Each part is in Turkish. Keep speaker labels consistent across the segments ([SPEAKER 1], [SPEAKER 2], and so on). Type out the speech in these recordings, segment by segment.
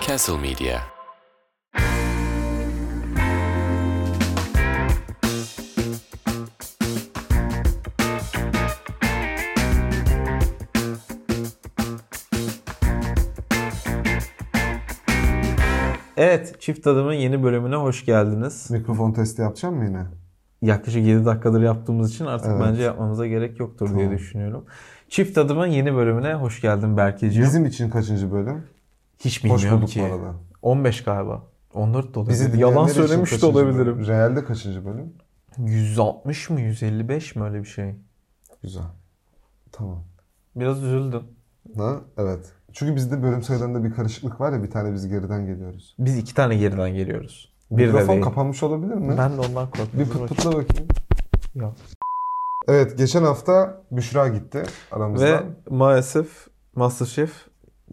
[SPEAKER 1] Castle Media.
[SPEAKER 2] Evet, Çift Tadım'ın yeni bölümüne hoş geldiniz.
[SPEAKER 3] Mikrofon testi yapacağım mı yine?
[SPEAKER 2] Yaklaşık 7 dakikadır yaptığımız için artık
[SPEAKER 3] Evet.
[SPEAKER 2] bence yapmamıza gerek yoktur diye düşünüyorum. Çift Tadım'ın yeni bölümüne hoş geldin Berkeciğim.
[SPEAKER 3] Bizim için kaçıncı bölüm?
[SPEAKER 2] Hiç
[SPEAKER 3] Hoş
[SPEAKER 2] bilmiyorum
[SPEAKER 3] bulduk
[SPEAKER 2] ki.
[SPEAKER 3] bu arada.
[SPEAKER 2] 15 galiba. 14 de olabilir.
[SPEAKER 3] dinleyenler
[SPEAKER 2] Yalan
[SPEAKER 3] için
[SPEAKER 2] söylemiş de
[SPEAKER 3] kaçıncı
[SPEAKER 2] olabilirim.
[SPEAKER 3] Bölüm? Real'de kaçıncı bölüm?
[SPEAKER 2] 160 mı 155 mi öyle bir şey.
[SPEAKER 3] Güzel. Tamam.
[SPEAKER 2] Biraz üzüldüm.
[SPEAKER 3] Ha? Evet. Çünkü bizde bölüm sayılarında bir karışıklık var ya bir tane biz geriden geliyoruz.
[SPEAKER 2] Biz iki tane geriden geliyoruz. Bir de
[SPEAKER 3] Mikrofon
[SPEAKER 2] değil.
[SPEAKER 3] kapanmış olabilir mi?
[SPEAKER 2] Ben de ondan korktum.
[SPEAKER 3] Bir
[SPEAKER 2] Dur
[SPEAKER 3] pıt
[SPEAKER 2] bakayım.
[SPEAKER 3] pıtla bakayım.
[SPEAKER 2] Ya.
[SPEAKER 3] Evet geçen hafta Büşra gitti
[SPEAKER 2] Ve
[SPEAKER 3] aramızdan.
[SPEAKER 2] maalesef Masterchef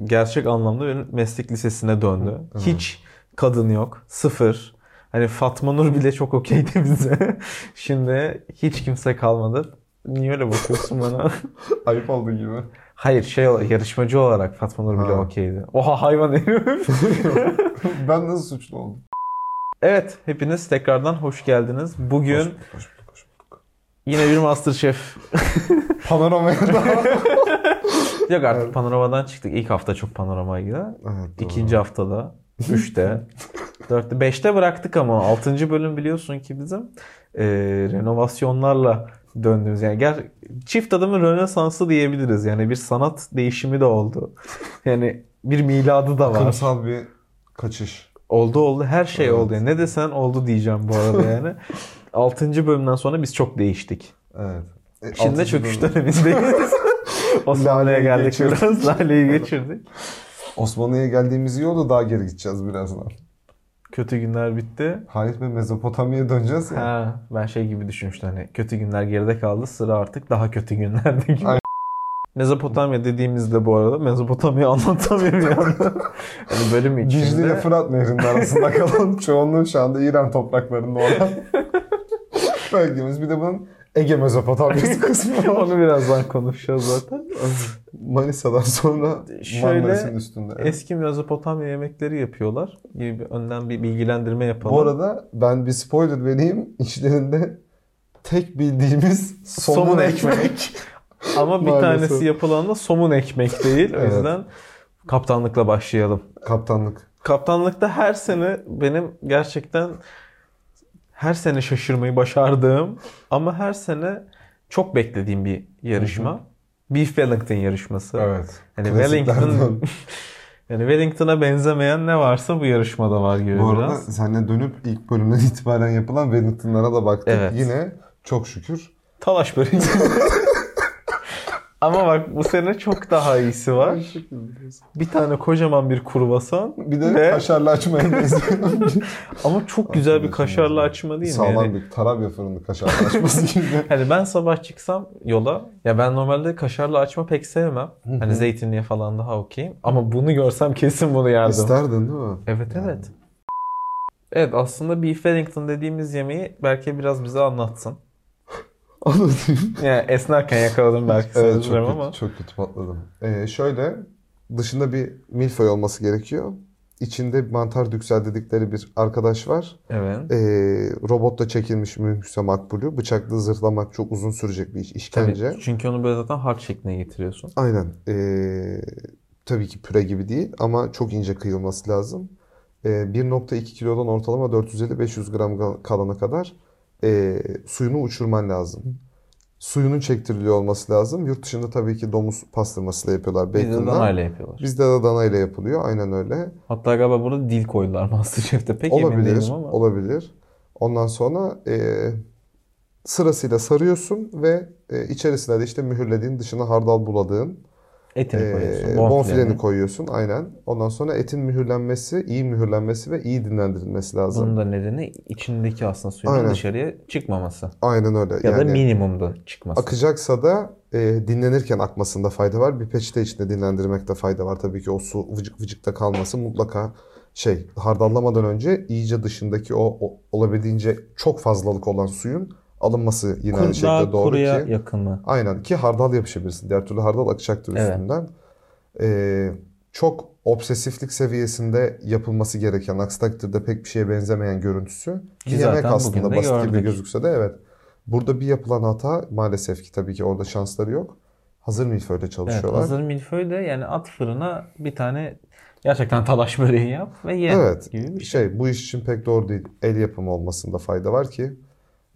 [SPEAKER 2] gerçek anlamda benim meslek lisesine döndü. Hiç kadın yok. Sıfır. Hani Fatma Nur bile çok okeydi bize. Şimdi hiç kimse kalmadı. Niye öyle bakıyorsun bana?
[SPEAKER 3] Ayıp oldu gibi.
[SPEAKER 2] Hayır şey ol- yarışmacı olarak Fatma Nur bile
[SPEAKER 3] Ha.
[SPEAKER 2] okeydi. Oha hayvan herif.
[SPEAKER 3] ben nasıl suçlu oldum?
[SPEAKER 2] evet hepiniz tekrardan hoş geldiniz. Bugün
[SPEAKER 3] Hoş bulduk, hoş bulduk, hoş bulduk.
[SPEAKER 2] yine bir Masterchef.
[SPEAKER 3] Panoramaya da.
[SPEAKER 2] yok artık
[SPEAKER 3] Evet.
[SPEAKER 2] panoramadan çıktık. İlk hafta çok panoramaydı.
[SPEAKER 3] evet, doğru.
[SPEAKER 2] İkinci haftada, üçte, dörtte, beşte bıraktık ama altıncı bölüm biliyorsun ki bizim e, renovasyonlarla döndüğümüz yani ger çift adamın rönesansı diyebiliriz yani bir sanat değişimi de oldu yani bir miladı da var
[SPEAKER 3] Kumsal bir kaçış.
[SPEAKER 2] oldu oldu her şey
[SPEAKER 3] Evet.
[SPEAKER 2] oldu yani. ne desen oldu diyeceğim bu arada yani altıncı bölümden sonra biz çok değiştik
[SPEAKER 3] Evet. E,
[SPEAKER 2] şimdi de
[SPEAKER 3] altıncı
[SPEAKER 2] çöküş
[SPEAKER 3] bölüm.
[SPEAKER 2] dönemindeyiz Osmanlı'ya
[SPEAKER 3] Lale'yi
[SPEAKER 2] geldik
[SPEAKER 3] geçirdik.
[SPEAKER 2] biraz Lale'yi geçirdik
[SPEAKER 3] Osmanlı'ya geldiğimiz iyi oldu daha geri gideceğiz birazdan.
[SPEAKER 2] kötü günler bitti
[SPEAKER 3] Hayır be Mezopotamya'ya döneceğiz ya.
[SPEAKER 2] Ha, ben şey gibi düşünmüştüm hani kötü günler geride kaldı sıra artık daha kötü günlerde gibi.
[SPEAKER 3] Aynen.
[SPEAKER 2] Mezopotamya dediğimizde bu arada Mezopotamya'yı anlatamıyorum yani. hani bölüm
[SPEAKER 3] Dicli ile
[SPEAKER 2] içinde.
[SPEAKER 3] Fırat Nehri'nin arasında kalan çoğunluğu şu anda İran topraklarında olan bölgemiz. Bir de bunun Ege Mezopotamya'sı kısmı var.
[SPEAKER 2] Onu birazdan konuşacağız zaten.
[SPEAKER 3] Manisa'dan sonra
[SPEAKER 2] Şöyle
[SPEAKER 3] Marmaris'in üstünde.
[SPEAKER 2] Eski Mezopotamya yemekleri yapıyorlar. Gibi bir- önden bir bilgilendirme yapalım.
[SPEAKER 3] Bu arada ben bir spoiler vereyim. İçlerinde tek bildiğimiz somun,
[SPEAKER 2] Somun
[SPEAKER 3] ekmek.
[SPEAKER 2] ekmek. Ama bir
[SPEAKER 3] Maalesef.
[SPEAKER 2] tanesi yapılan da somun ekmek değil. O
[SPEAKER 3] Evet.
[SPEAKER 2] yüzden kaptanlıkla başlayalım.
[SPEAKER 3] Kaptanlık.
[SPEAKER 2] Kaptanlıkta her sene benim gerçekten her sene şaşırmayı başardığım ama her sene çok beklediğim bir yarışma. Beef Wellington yarışması.
[SPEAKER 3] Evet.
[SPEAKER 2] Yani
[SPEAKER 3] Klasiklerden.
[SPEAKER 2] Hani Wellington yani Wellington'a benzemeyen ne varsa bu yarışmada var gibi
[SPEAKER 3] Bu arada
[SPEAKER 2] biraz.
[SPEAKER 3] senle dönüp ilk bölümden itibaren yapılan Wellington'lara da baktık.
[SPEAKER 2] Evet.
[SPEAKER 3] Yine çok şükür.
[SPEAKER 2] Talaş böreği. ama bak bu sene çok daha iyisi var. Bir tane kocaman bir kurvasan
[SPEAKER 3] Bir de
[SPEAKER 2] Ve-
[SPEAKER 3] kaşarlı açmaya benziyor.
[SPEAKER 2] ama çok güzel bir kaşarlı açma değil mi?
[SPEAKER 3] Sağlam
[SPEAKER 2] Yani
[SPEAKER 3] bir tarabya fırını kaşarlı açması gibi.
[SPEAKER 2] Hani ben sabah çıksam yola ya ben normalde kaşarlı açma pek sevmem. Hani zeytinliğe falan daha okeyim. Ama bunu görsem kesin bunu yerdim.
[SPEAKER 3] İsterdin değil mi?
[SPEAKER 2] Evet
[SPEAKER 3] Yani.
[SPEAKER 2] evet. Evet aslında Beef Wellington dediğimiz yemeği belki biraz bize anlatsın.
[SPEAKER 3] Anlatayım.
[SPEAKER 2] Yani esnerken yakaladım belki seni
[SPEAKER 3] evet çok
[SPEAKER 2] bilmiyorum
[SPEAKER 3] kötü,
[SPEAKER 2] ama.
[SPEAKER 3] çok kötü patladım. Ee, şöyle dışında bir milföy olması gerekiyor. İçinde mantar düksel dedikleri bir arkadaş var.
[SPEAKER 2] Evet.
[SPEAKER 3] Ee, robotla çekilmiş mümkünse makbulü. Bıçakla zırhlamak çok uzun sürecek bir iş,
[SPEAKER 2] Tabii,
[SPEAKER 3] işkence.
[SPEAKER 2] çünkü onu böyle zaten harç şekline getiriyorsun.
[SPEAKER 3] Aynen. Ee, tabii ki püre gibi değil ama çok ince kıyılması lazım. Ee, 1.2 kilodan ortalama 450-500 gram gal- kalana kadar ee, suyunu uçurman lazım. Suyunun çektiriliyor olması lazım. Yurt dışında tabii ki domuz pastırmasıyla yapıyorlar
[SPEAKER 2] Bir de
[SPEAKER 3] bacon'la.
[SPEAKER 2] danayla yapıyorlar.
[SPEAKER 3] Bizde de dana ile yapılıyor. Aynen öyle.
[SPEAKER 2] Hatta galiba burada dil koydular Masterchef'te. Pek emin
[SPEAKER 3] Olabilir,
[SPEAKER 2] değilim ama.
[SPEAKER 3] olabilir. Ondan sonra ee, sırasıyla sarıyorsun ve ee, içerisine de işte mühürlediğin, dışına hardal buladığın
[SPEAKER 2] Etini
[SPEAKER 3] ee,
[SPEAKER 2] koyuyorsun.
[SPEAKER 3] bonfileni koyuyorsun aynen. Ondan sonra etin mühürlenmesi, iyi mühürlenmesi ve iyi dinlendirilmesi lazım.
[SPEAKER 2] Bunun da nedeni içindeki aslında suyun
[SPEAKER 3] Aynen.
[SPEAKER 2] dışarıya çıkmaması.
[SPEAKER 3] Aynen öyle.
[SPEAKER 2] Ya da
[SPEAKER 3] Yani
[SPEAKER 2] minimumda çıkması.
[SPEAKER 3] akacaksa da e, dinlenirken akmasında fayda var. Bir peçete içinde dinlendirmekte fayda var. Tabii ki o su vıcık vıcıkta kalması mutlaka şey hardallamadan önce iyice dışındaki o, o- olabildiğince çok fazlalık olan suyun alınması yine aynı
[SPEAKER 2] Kur, daha
[SPEAKER 3] şekilde doğru
[SPEAKER 2] kuruya
[SPEAKER 3] ki.
[SPEAKER 2] yakın mı?
[SPEAKER 3] Aynen ki hardal yapışabilirsin. Diğer türlü hardal akacaktır
[SPEAKER 2] Evet.
[SPEAKER 3] üstünden. Ee, çok obsesiflik seviyesinde yapılması gereken, aksi takdirde pek bir şeye benzemeyen görüntüsü
[SPEAKER 2] Ki
[SPEAKER 3] bir yemek
[SPEAKER 2] zaten bugün
[SPEAKER 3] aslında
[SPEAKER 2] de
[SPEAKER 3] basit gibi
[SPEAKER 2] gördük.
[SPEAKER 3] gözükse de evet. Burada bir yapılan hata maalesef ki tabii ki orada şansları yok. Hazır milföyde
[SPEAKER 2] Evet,
[SPEAKER 3] çalışıyorlar.
[SPEAKER 2] hazır milföy de yani at fırına bir tane gerçekten talaş böreği yap ve ye
[SPEAKER 3] Evet.
[SPEAKER 2] gibi bir şey.
[SPEAKER 3] Şey bu iş için pek doğru değil. El yapımı olmasında fayda var ki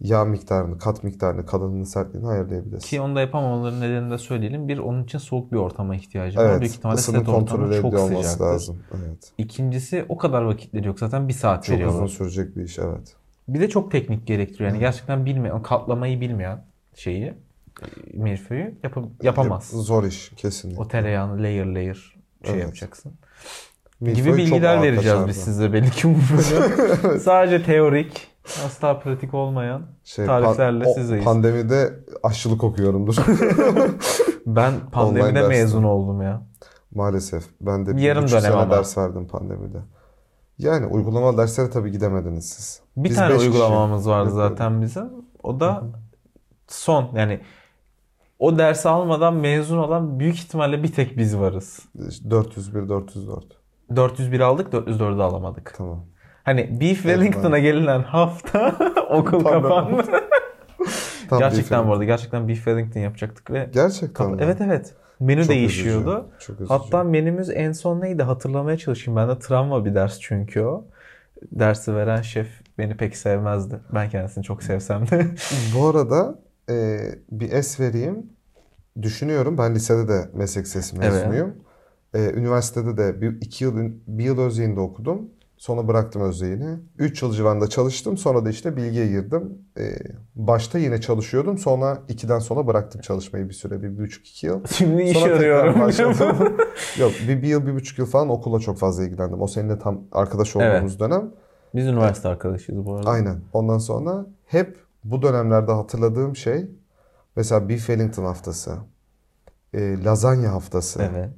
[SPEAKER 3] yağ miktarını, kat miktarını, kalınlığını, sertliğini ayarlayabilirsin.
[SPEAKER 2] Ki onu da yapamamaların nedenini de söyleyelim. Bir, onun için soğuk bir ortama ihtiyacı var.
[SPEAKER 3] evet.
[SPEAKER 2] Büyük ihtimalle
[SPEAKER 3] ısının
[SPEAKER 2] set ortamı
[SPEAKER 3] kontrolü ediyor
[SPEAKER 2] çok
[SPEAKER 3] olması
[SPEAKER 2] sıcaktır.
[SPEAKER 3] lazım. Evet.
[SPEAKER 2] İkincisi o kadar vakitleri yok. Zaten bir saat
[SPEAKER 3] Çok
[SPEAKER 2] veriyorlar.
[SPEAKER 3] uzun sürecek bir iş evet.
[SPEAKER 2] Bir de çok teknik gerektiriyor. Yani gerçekten bilmeyen, katlamayı bilmeyen şeyi, e, milföyü yapam- yapamaz.
[SPEAKER 3] Zor iş kesinlikle.
[SPEAKER 2] O tereyağını layer layer şey
[SPEAKER 3] Evet.
[SPEAKER 2] yapacaksın.
[SPEAKER 3] Milföy
[SPEAKER 2] gibi
[SPEAKER 3] çok
[SPEAKER 2] bilgiler
[SPEAKER 3] ağır
[SPEAKER 2] vereceğiz
[SPEAKER 3] kaşarlı.
[SPEAKER 2] biz size belli ki bu bölüm. Sadece teorik, asla pratik olmayan
[SPEAKER 3] Şey,
[SPEAKER 2] tariflerle
[SPEAKER 3] pan- o-
[SPEAKER 2] sizdeyiz.
[SPEAKER 3] Pandemide aşçılık okuyorumdur.
[SPEAKER 2] ben pandemide
[SPEAKER 3] derste.
[SPEAKER 2] mezun oldum ya.
[SPEAKER 3] Maalesef. Ben de bir
[SPEAKER 2] Yarım
[SPEAKER 3] buçuk
[SPEAKER 2] dönem
[SPEAKER 3] sene
[SPEAKER 2] ama.
[SPEAKER 3] ders verdim pandemide. Yani uygulamalı derslere tabii gidemediniz siz.
[SPEAKER 2] Bir
[SPEAKER 3] Biz
[SPEAKER 2] tane
[SPEAKER 3] beş kişi
[SPEAKER 2] uygulamamız vardı
[SPEAKER 3] yapıyorduk.
[SPEAKER 2] zaten bizim. O da son yani o dersi almadan mezun olan büyük ihtimalle bir tek biz varız.
[SPEAKER 3] 401, 404.
[SPEAKER 2] 401 aldık, 404'ü alamadık.
[SPEAKER 3] Tamam.
[SPEAKER 2] Hani Beef Wellington'a gelinen hafta okul
[SPEAKER 3] Pandemi.
[SPEAKER 2] kapandı.
[SPEAKER 3] Tam
[SPEAKER 2] gerçekten
[SPEAKER 3] bir
[SPEAKER 2] bu arada gerçekten Beef Wellington yapacaktık ve
[SPEAKER 3] Gerçekten
[SPEAKER 2] kapa-
[SPEAKER 3] mi?
[SPEAKER 2] evet evet menü
[SPEAKER 3] Çok
[SPEAKER 2] değişiyordu.
[SPEAKER 3] üzücü. Çok üzücü.
[SPEAKER 2] Hatta menümüz en son neydi hatırlamaya çalışayım. Ben de travma bir ders çünkü o. Dersi veren şef beni pek sevmezdi. Ben kendisini çok sevsem de.
[SPEAKER 3] Bu arada e, bir es vereyim. Düşünüyorum ben lisede de meslek lisesi
[SPEAKER 2] Evet.
[SPEAKER 3] mezunuyum. E, üniversitede de bir, iki yıl, ün- bir yıl Özyeğin'de okudum. Sonra bıraktım Özyeğin'i. Üç yıl civarında çalıştım. Sonra da işte bilgiye girdim. E, başta yine çalışıyordum. Sonra ikiden sonra bıraktım çalışmayı bir süre. Bir, bir buçuk iki yıl.
[SPEAKER 2] Şimdi iş
[SPEAKER 3] Sonra tekrar
[SPEAKER 2] arıyorum.
[SPEAKER 3] başladım. Yok bir, bir yıl bir buçuk yıl falan okula çok fazla ilgilendim. O seninle tam arkadaş
[SPEAKER 2] Evet.
[SPEAKER 3] olduğumuz dönem.
[SPEAKER 2] Biz üniversite arkadaşıyız bu arada.
[SPEAKER 3] Aynen. Ondan sonra hep bu dönemlerde hatırladığım şey mesela Beef Wellington haftası, e, lazanya haftası,
[SPEAKER 2] Evet.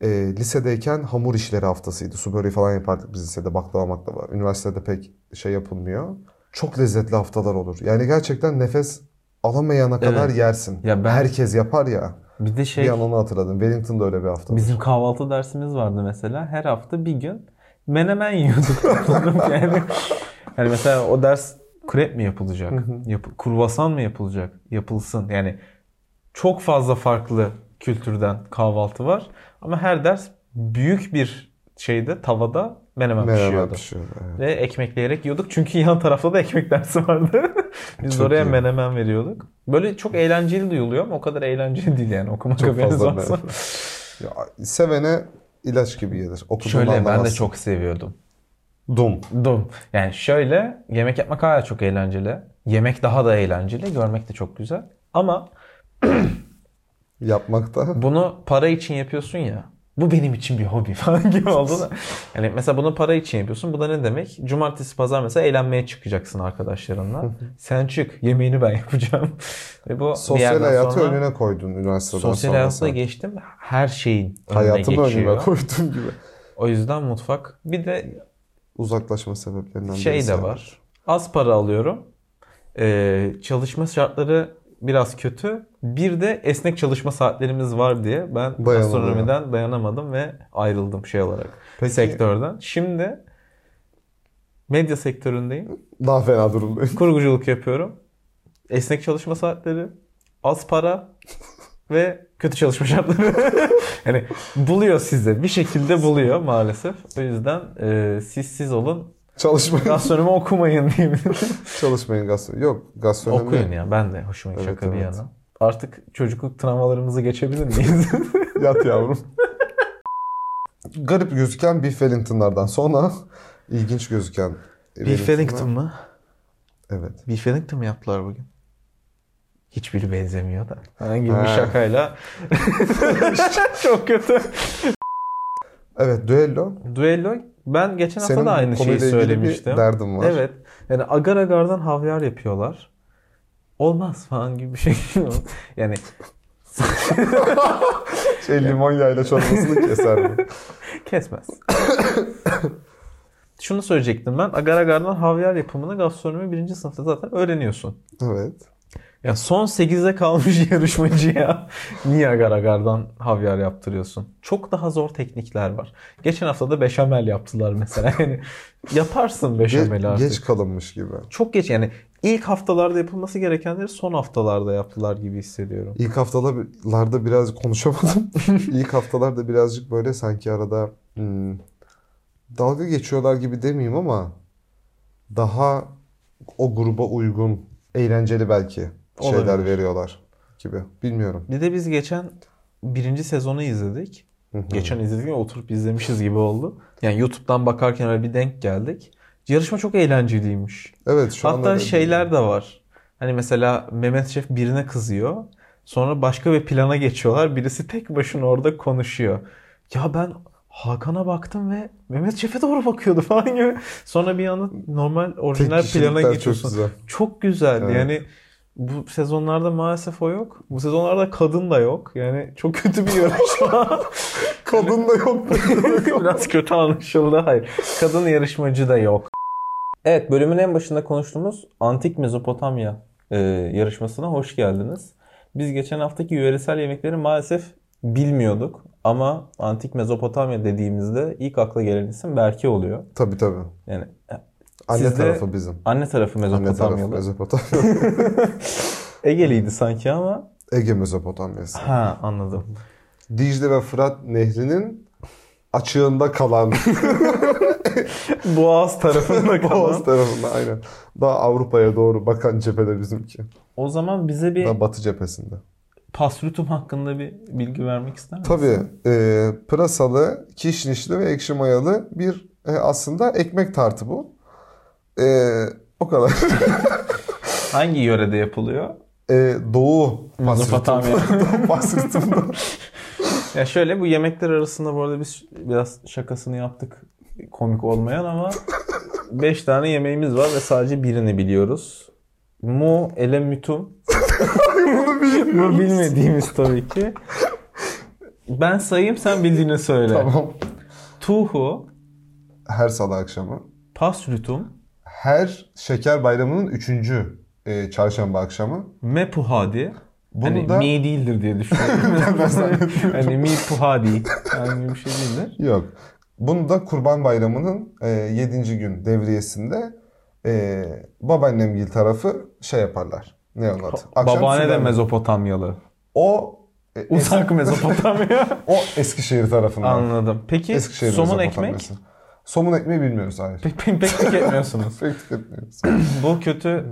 [SPEAKER 3] e, lisedeyken hamur işleri haftasıydı. Su böreği falan yapardık biz lisede baklava maklava. Üniversitede pek şey yapılmıyor. Çok lezzetli haftalar olur. Yani gerçekten nefes alamayana kadar
[SPEAKER 2] Evet.
[SPEAKER 3] yersin.
[SPEAKER 2] Ya ben-
[SPEAKER 3] Herkes yapar ya.
[SPEAKER 2] Bir de
[SPEAKER 3] Bir
[SPEAKER 2] şey
[SPEAKER 3] an onu hatırladım. Wellington'da öyle bir hafta.
[SPEAKER 2] bizim kahvaltı dersimiz vardı mesela. Her hafta bir gün menemen yiyorduk. yani, yani mesela o ders krep mi yapılacak? Yap- kurvasan mı yapılacak? Yapılsın. Yani çok fazla farklı kültürden kahvaltı var. Ama her ders büyük bir şeyde tavada menemen,
[SPEAKER 3] Menemen
[SPEAKER 2] pişiyordu.
[SPEAKER 3] pişiyordu. Evet.
[SPEAKER 2] Ve ekmekleyerek yiyorduk. Çünkü yan tarafta da ekmek dersi vardı. Biz
[SPEAKER 3] Çok
[SPEAKER 2] oraya
[SPEAKER 3] iyi.
[SPEAKER 2] menemen veriyorduk. Böyle çok eğlenceli duyuluyor ama o kadar eğlenceli değil yani okumak
[SPEAKER 3] Çok
[SPEAKER 2] haberiniz
[SPEAKER 3] fazla
[SPEAKER 2] varsa.
[SPEAKER 3] Ya, sevene ilaç gibi gelir. Okuduğunu
[SPEAKER 2] Şöyle ben de
[SPEAKER 3] anlamazsın.
[SPEAKER 2] çok seviyordum.
[SPEAKER 3] Dum.
[SPEAKER 2] Dum. Yani şöyle yemek yapmak hala çok eğlenceli. Yemek daha da eğlenceli. Görmek de çok güzel. Ama
[SPEAKER 3] Yapmakta.
[SPEAKER 2] bunu para için yapıyorsun ya. Bu benim için bir hobi falan gibi oldu da. Yani mesela bunu para için yapıyorsun. Bu da ne demek? Cumartesi pazar mesela eğlenmeye çıkacaksın arkadaşlarınla. Sen çık. Yemeğini ben yapacağım. Ve bu bir
[SPEAKER 3] Sosyal
[SPEAKER 2] yerden
[SPEAKER 3] hayatı
[SPEAKER 2] sonra
[SPEAKER 3] önüne koydun üniversiteden
[SPEAKER 2] sosyal
[SPEAKER 3] sonra
[SPEAKER 2] hayatı da
[SPEAKER 3] sen.
[SPEAKER 2] geçtim. Her şeyin önüne
[SPEAKER 3] Hayatımı önüme
[SPEAKER 2] geçiyor.
[SPEAKER 3] koydum gibi.
[SPEAKER 2] O yüzden mutfak. Bir de
[SPEAKER 3] Uzaklaşma sebeplerinden
[SPEAKER 2] şey
[SPEAKER 3] birisi.
[SPEAKER 2] de var. Az para alıyorum. Ee, çalışma şartları biraz kötü. Bir de esnek çalışma saatlerimiz var diye ben
[SPEAKER 3] Dayanamadım.
[SPEAKER 2] astronomiden dayanamadım ve ayrıldım şey olarak
[SPEAKER 3] Peki-
[SPEAKER 2] sektörden. Şimdi medya sektöründeyim.
[SPEAKER 3] Daha fena durumdayım.
[SPEAKER 2] Kurguculuk yapıyorum. Esnek çalışma saatleri, az para ve kötü çalışma şartları. yani buluyor size. Bir şekilde buluyor maalesef. O yüzden e, siz siz olun.
[SPEAKER 3] Çalışmayın.
[SPEAKER 2] Gastronomi okumayın diyeyim.
[SPEAKER 3] Çalışmayın gastronomi. Yok gastronomi.
[SPEAKER 2] Okuyun ya. Ben de hoşuma
[SPEAKER 3] Evet,
[SPEAKER 2] şaka bir
[SPEAKER 3] evet.
[SPEAKER 2] yana. Artık çocukluk travmalarımızı geçebilir miyiz?
[SPEAKER 3] Yat yavrum. Garip gözüken Beef Wellington'lardan sonra ilginç gözüken
[SPEAKER 2] Beef
[SPEAKER 3] Wellington'lar-
[SPEAKER 2] Wellington mı?
[SPEAKER 3] Evet.
[SPEAKER 2] Beef Wellington mı yaptılar bugün? Hiçbiri benzemiyor da. Hangi bir
[SPEAKER 3] Ha.
[SPEAKER 2] şakayla. Çok kötü.
[SPEAKER 3] Evet düello.
[SPEAKER 2] Duello. Ben geçen hafta
[SPEAKER 3] Senin
[SPEAKER 2] da aynı şeyi
[SPEAKER 3] konuyla ilgili bir
[SPEAKER 2] söylemiştim.
[SPEAKER 3] derdin var.
[SPEAKER 2] Evet. Yani agar agardan havyar yapıyorlar. Olmaz falan gibi bir şey. yani
[SPEAKER 3] Şey, limon yayla çorbasını keser mi?
[SPEAKER 2] Kesmez. Şunu söyleyecektim ben. Agar agardan havyar yapımını gastronomi birinci sınıfta zaten öğreniyorsun.
[SPEAKER 3] Evet.
[SPEAKER 2] Ya son 8'de kalmış yarışmacıya niye agar agardan havyar yaptırıyorsun? Çok daha zor teknikler var. Geçen hafta da beşamel yaptılar mesela. Yani yaparsın
[SPEAKER 3] Ge-
[SPEAKER 2] beşameli artık.
[SPEAKER 3] geç kalınmış gibi.
[SPEAKER 2] Çok geç yani ilk haftalarda yapılması gerekenleri son haftalarda yaptılar gibi hissediyorum.
[SPEAKER 3] İlk haftalarda biraz konuşamadım. İlk haftalarda birazcık böyle sanki arada hmm, dalga geçiyorlar gibi demeyeyim ama daha o gruba uygun, eğlenceli belki şeyler
[SPEAKER 2] Olabilir.
[SPEAKER 3] veriyorlar gibi. Bilmiyorum.
[SPEAKER 2] Bir de biz geçen birinci sezonu izledik.
[SPEAKER 3] Hı hı.
[SPEAKER 2] Geçen izledik ama oturup izlemişiz gibi oldu. Yani YouTube'dan bakarken öyle bir denk geldik. Yarışma çok eğlenceliymiş.
[SPEAKER 3] Evet şu an
[SPEAKER 2] Hatta
[SPEAKER 3] öyle
[SPEAKER 2] şeyler
[SPEAKER 3] değil.
[SPEAKER 2] de var. Hani mesela Mehmet Şef birine kızıyor. Sonra başka bir plana geçiyorlar. Birisi tek başına orada konuşuyor. Ya ben Hakan'a baktım ve Mehmet Şef'e doğru bakıyordu falan gibi. Sonra bir anda normal
[SPEAKER 3] Tek
[SPEAKER 2] orijinal plana
[SPEAKER 3] kişilikler çok
[SPEAKER 2] geçiyorsun.
[SPEAKER 3] güzel.
[SPEAKER 2] Çok güzel.
[SPEAKER 3] Evet.
[SPEAKER 2] Yani bu sezonlarda maalesef o yok. Bu sezonlarda kadın da yok. Yani çok kötü bir yarışma.
[SPEAKER 3] Kadın da yok.
[SPEAKER 2] Biraz kötü anlaşıldı. Hayır. Kadın yarışmacı da yok. Evet bölümün en başında konuştuğumuz Antik Mezopotamya e, yarışmasına hoş geldiniz. Biz geçen haftaki yöresel yemekleri maalesef bilmiyorduk. Ama Antik Mezopotamya dediğimizde ilk akla gelen isim Berke oluyor.
[SPEAKER 3] Tabii tabii.
[SPEAKER 2] Yani e,
[SPEAKER 3] Anne
[SPEAKER 2] Sizde-
[SPEAKER 3] tarafı bizim.
[SPEAKER 2] anne tarafı
[SPEAKER 3] Anne tarafı
[SPEAKER 2] Mezopotamyalı.
[SPEAKER 3] Mezopotamya.
[SPEAKER 2] Ege'liydi sanki ama.
[SPEAKER 3] Ege Mezopotamyası.
[SPEAKER 2] Ha anladım.
[SPEAKER 3] Dicle ve Fırat Nehri'nin açığında kalan
[SPEAKER 2] Boğaz tarafında kalan.
[SPEAKER 3] Boğaz tarafında aynen. Daha Avrupa'ya doğru bakan cephede bizimki.
[SPEAKER 2] O zaman bize bir
[SPEAKER 3] Daha batı cephesinde.
[SPEAKER 2] Pasrütum hakkında bir bilgi vermek ister misin?
[SPEAKER 3] Tabii e, pırasalı, kişnişli ve ekşi mayalı bir e, aslında ekmek tartı bu. E, o kadar.
[SPEAKER 2] Hangi yörede yapılıyor?
[SPEAKER 3] E, doğu
[SPEAKER 2] Mezopotamya.
[SPEAKER 3] Pasırtımda.
[SPEAKER 2] Ya şöyle bu yemekler arasında bu arada biz biraz şakasını yaptık komik olmayan ama 5 tane yemeğimiz var ve sadece birini biliyoruz. Mu ele mütum.
[SPEAKER 3] Bunu bilmiyorum.
[SPEAKER 2] Bu bilmediğimiz tabii ki. Ben sayayım sen bildiğini söyle.
[SPEAKER 3] Tamam.
[SPEAKER 2] Tuhu,
[SPEAKER 3] Her salı akşamı.
[SPEAKER 2] pasrütum,
[SPEAKER 3] Her şeker bayramının üçüncü e, çarşamba akşamı.
[SPEAKER 2] mepuhadi.
[SPEAKER 3] Bunu
[SPEAKER 2] hani
[SPEAKER 3] da...
[SPEAKER 2] mi değildir diye düşünüyorum. hani mi puhadi. Yani bir şey değildir.
[SPEAKER 3] Yok. Bunu da Kurban Bayramı'nın 7. gün devriyesinde e, babaannemgil tarafı şey yaparlar. Ne onun adı? Akşam
[SPEAKER 2] Babaanne de
[SPEAKER 3] sürerler.
[SPEAKER 2] Mezopotamyalı.
[SPEAKER 3] O e, es-
[SPEAKER 2] Uzak Mezopotamya.
[SPEAKER 3] o Eskişehir tarafından.
[SPEAKER 2] Anladım. Peki
[SPEAKER 3] Eskişehir
[SPEAKER 2] somun ekmek?
[SPEAKER 3] Mezopotamyası. Somun ekmeği bilmiyoruz hayır.
[SPEAKER 2] Pek, pek, pek tüketmiyorsunuz.
[SPEAKER 3] Pek tüketmiyoruz.
[SPEAKER 2] Bu kötü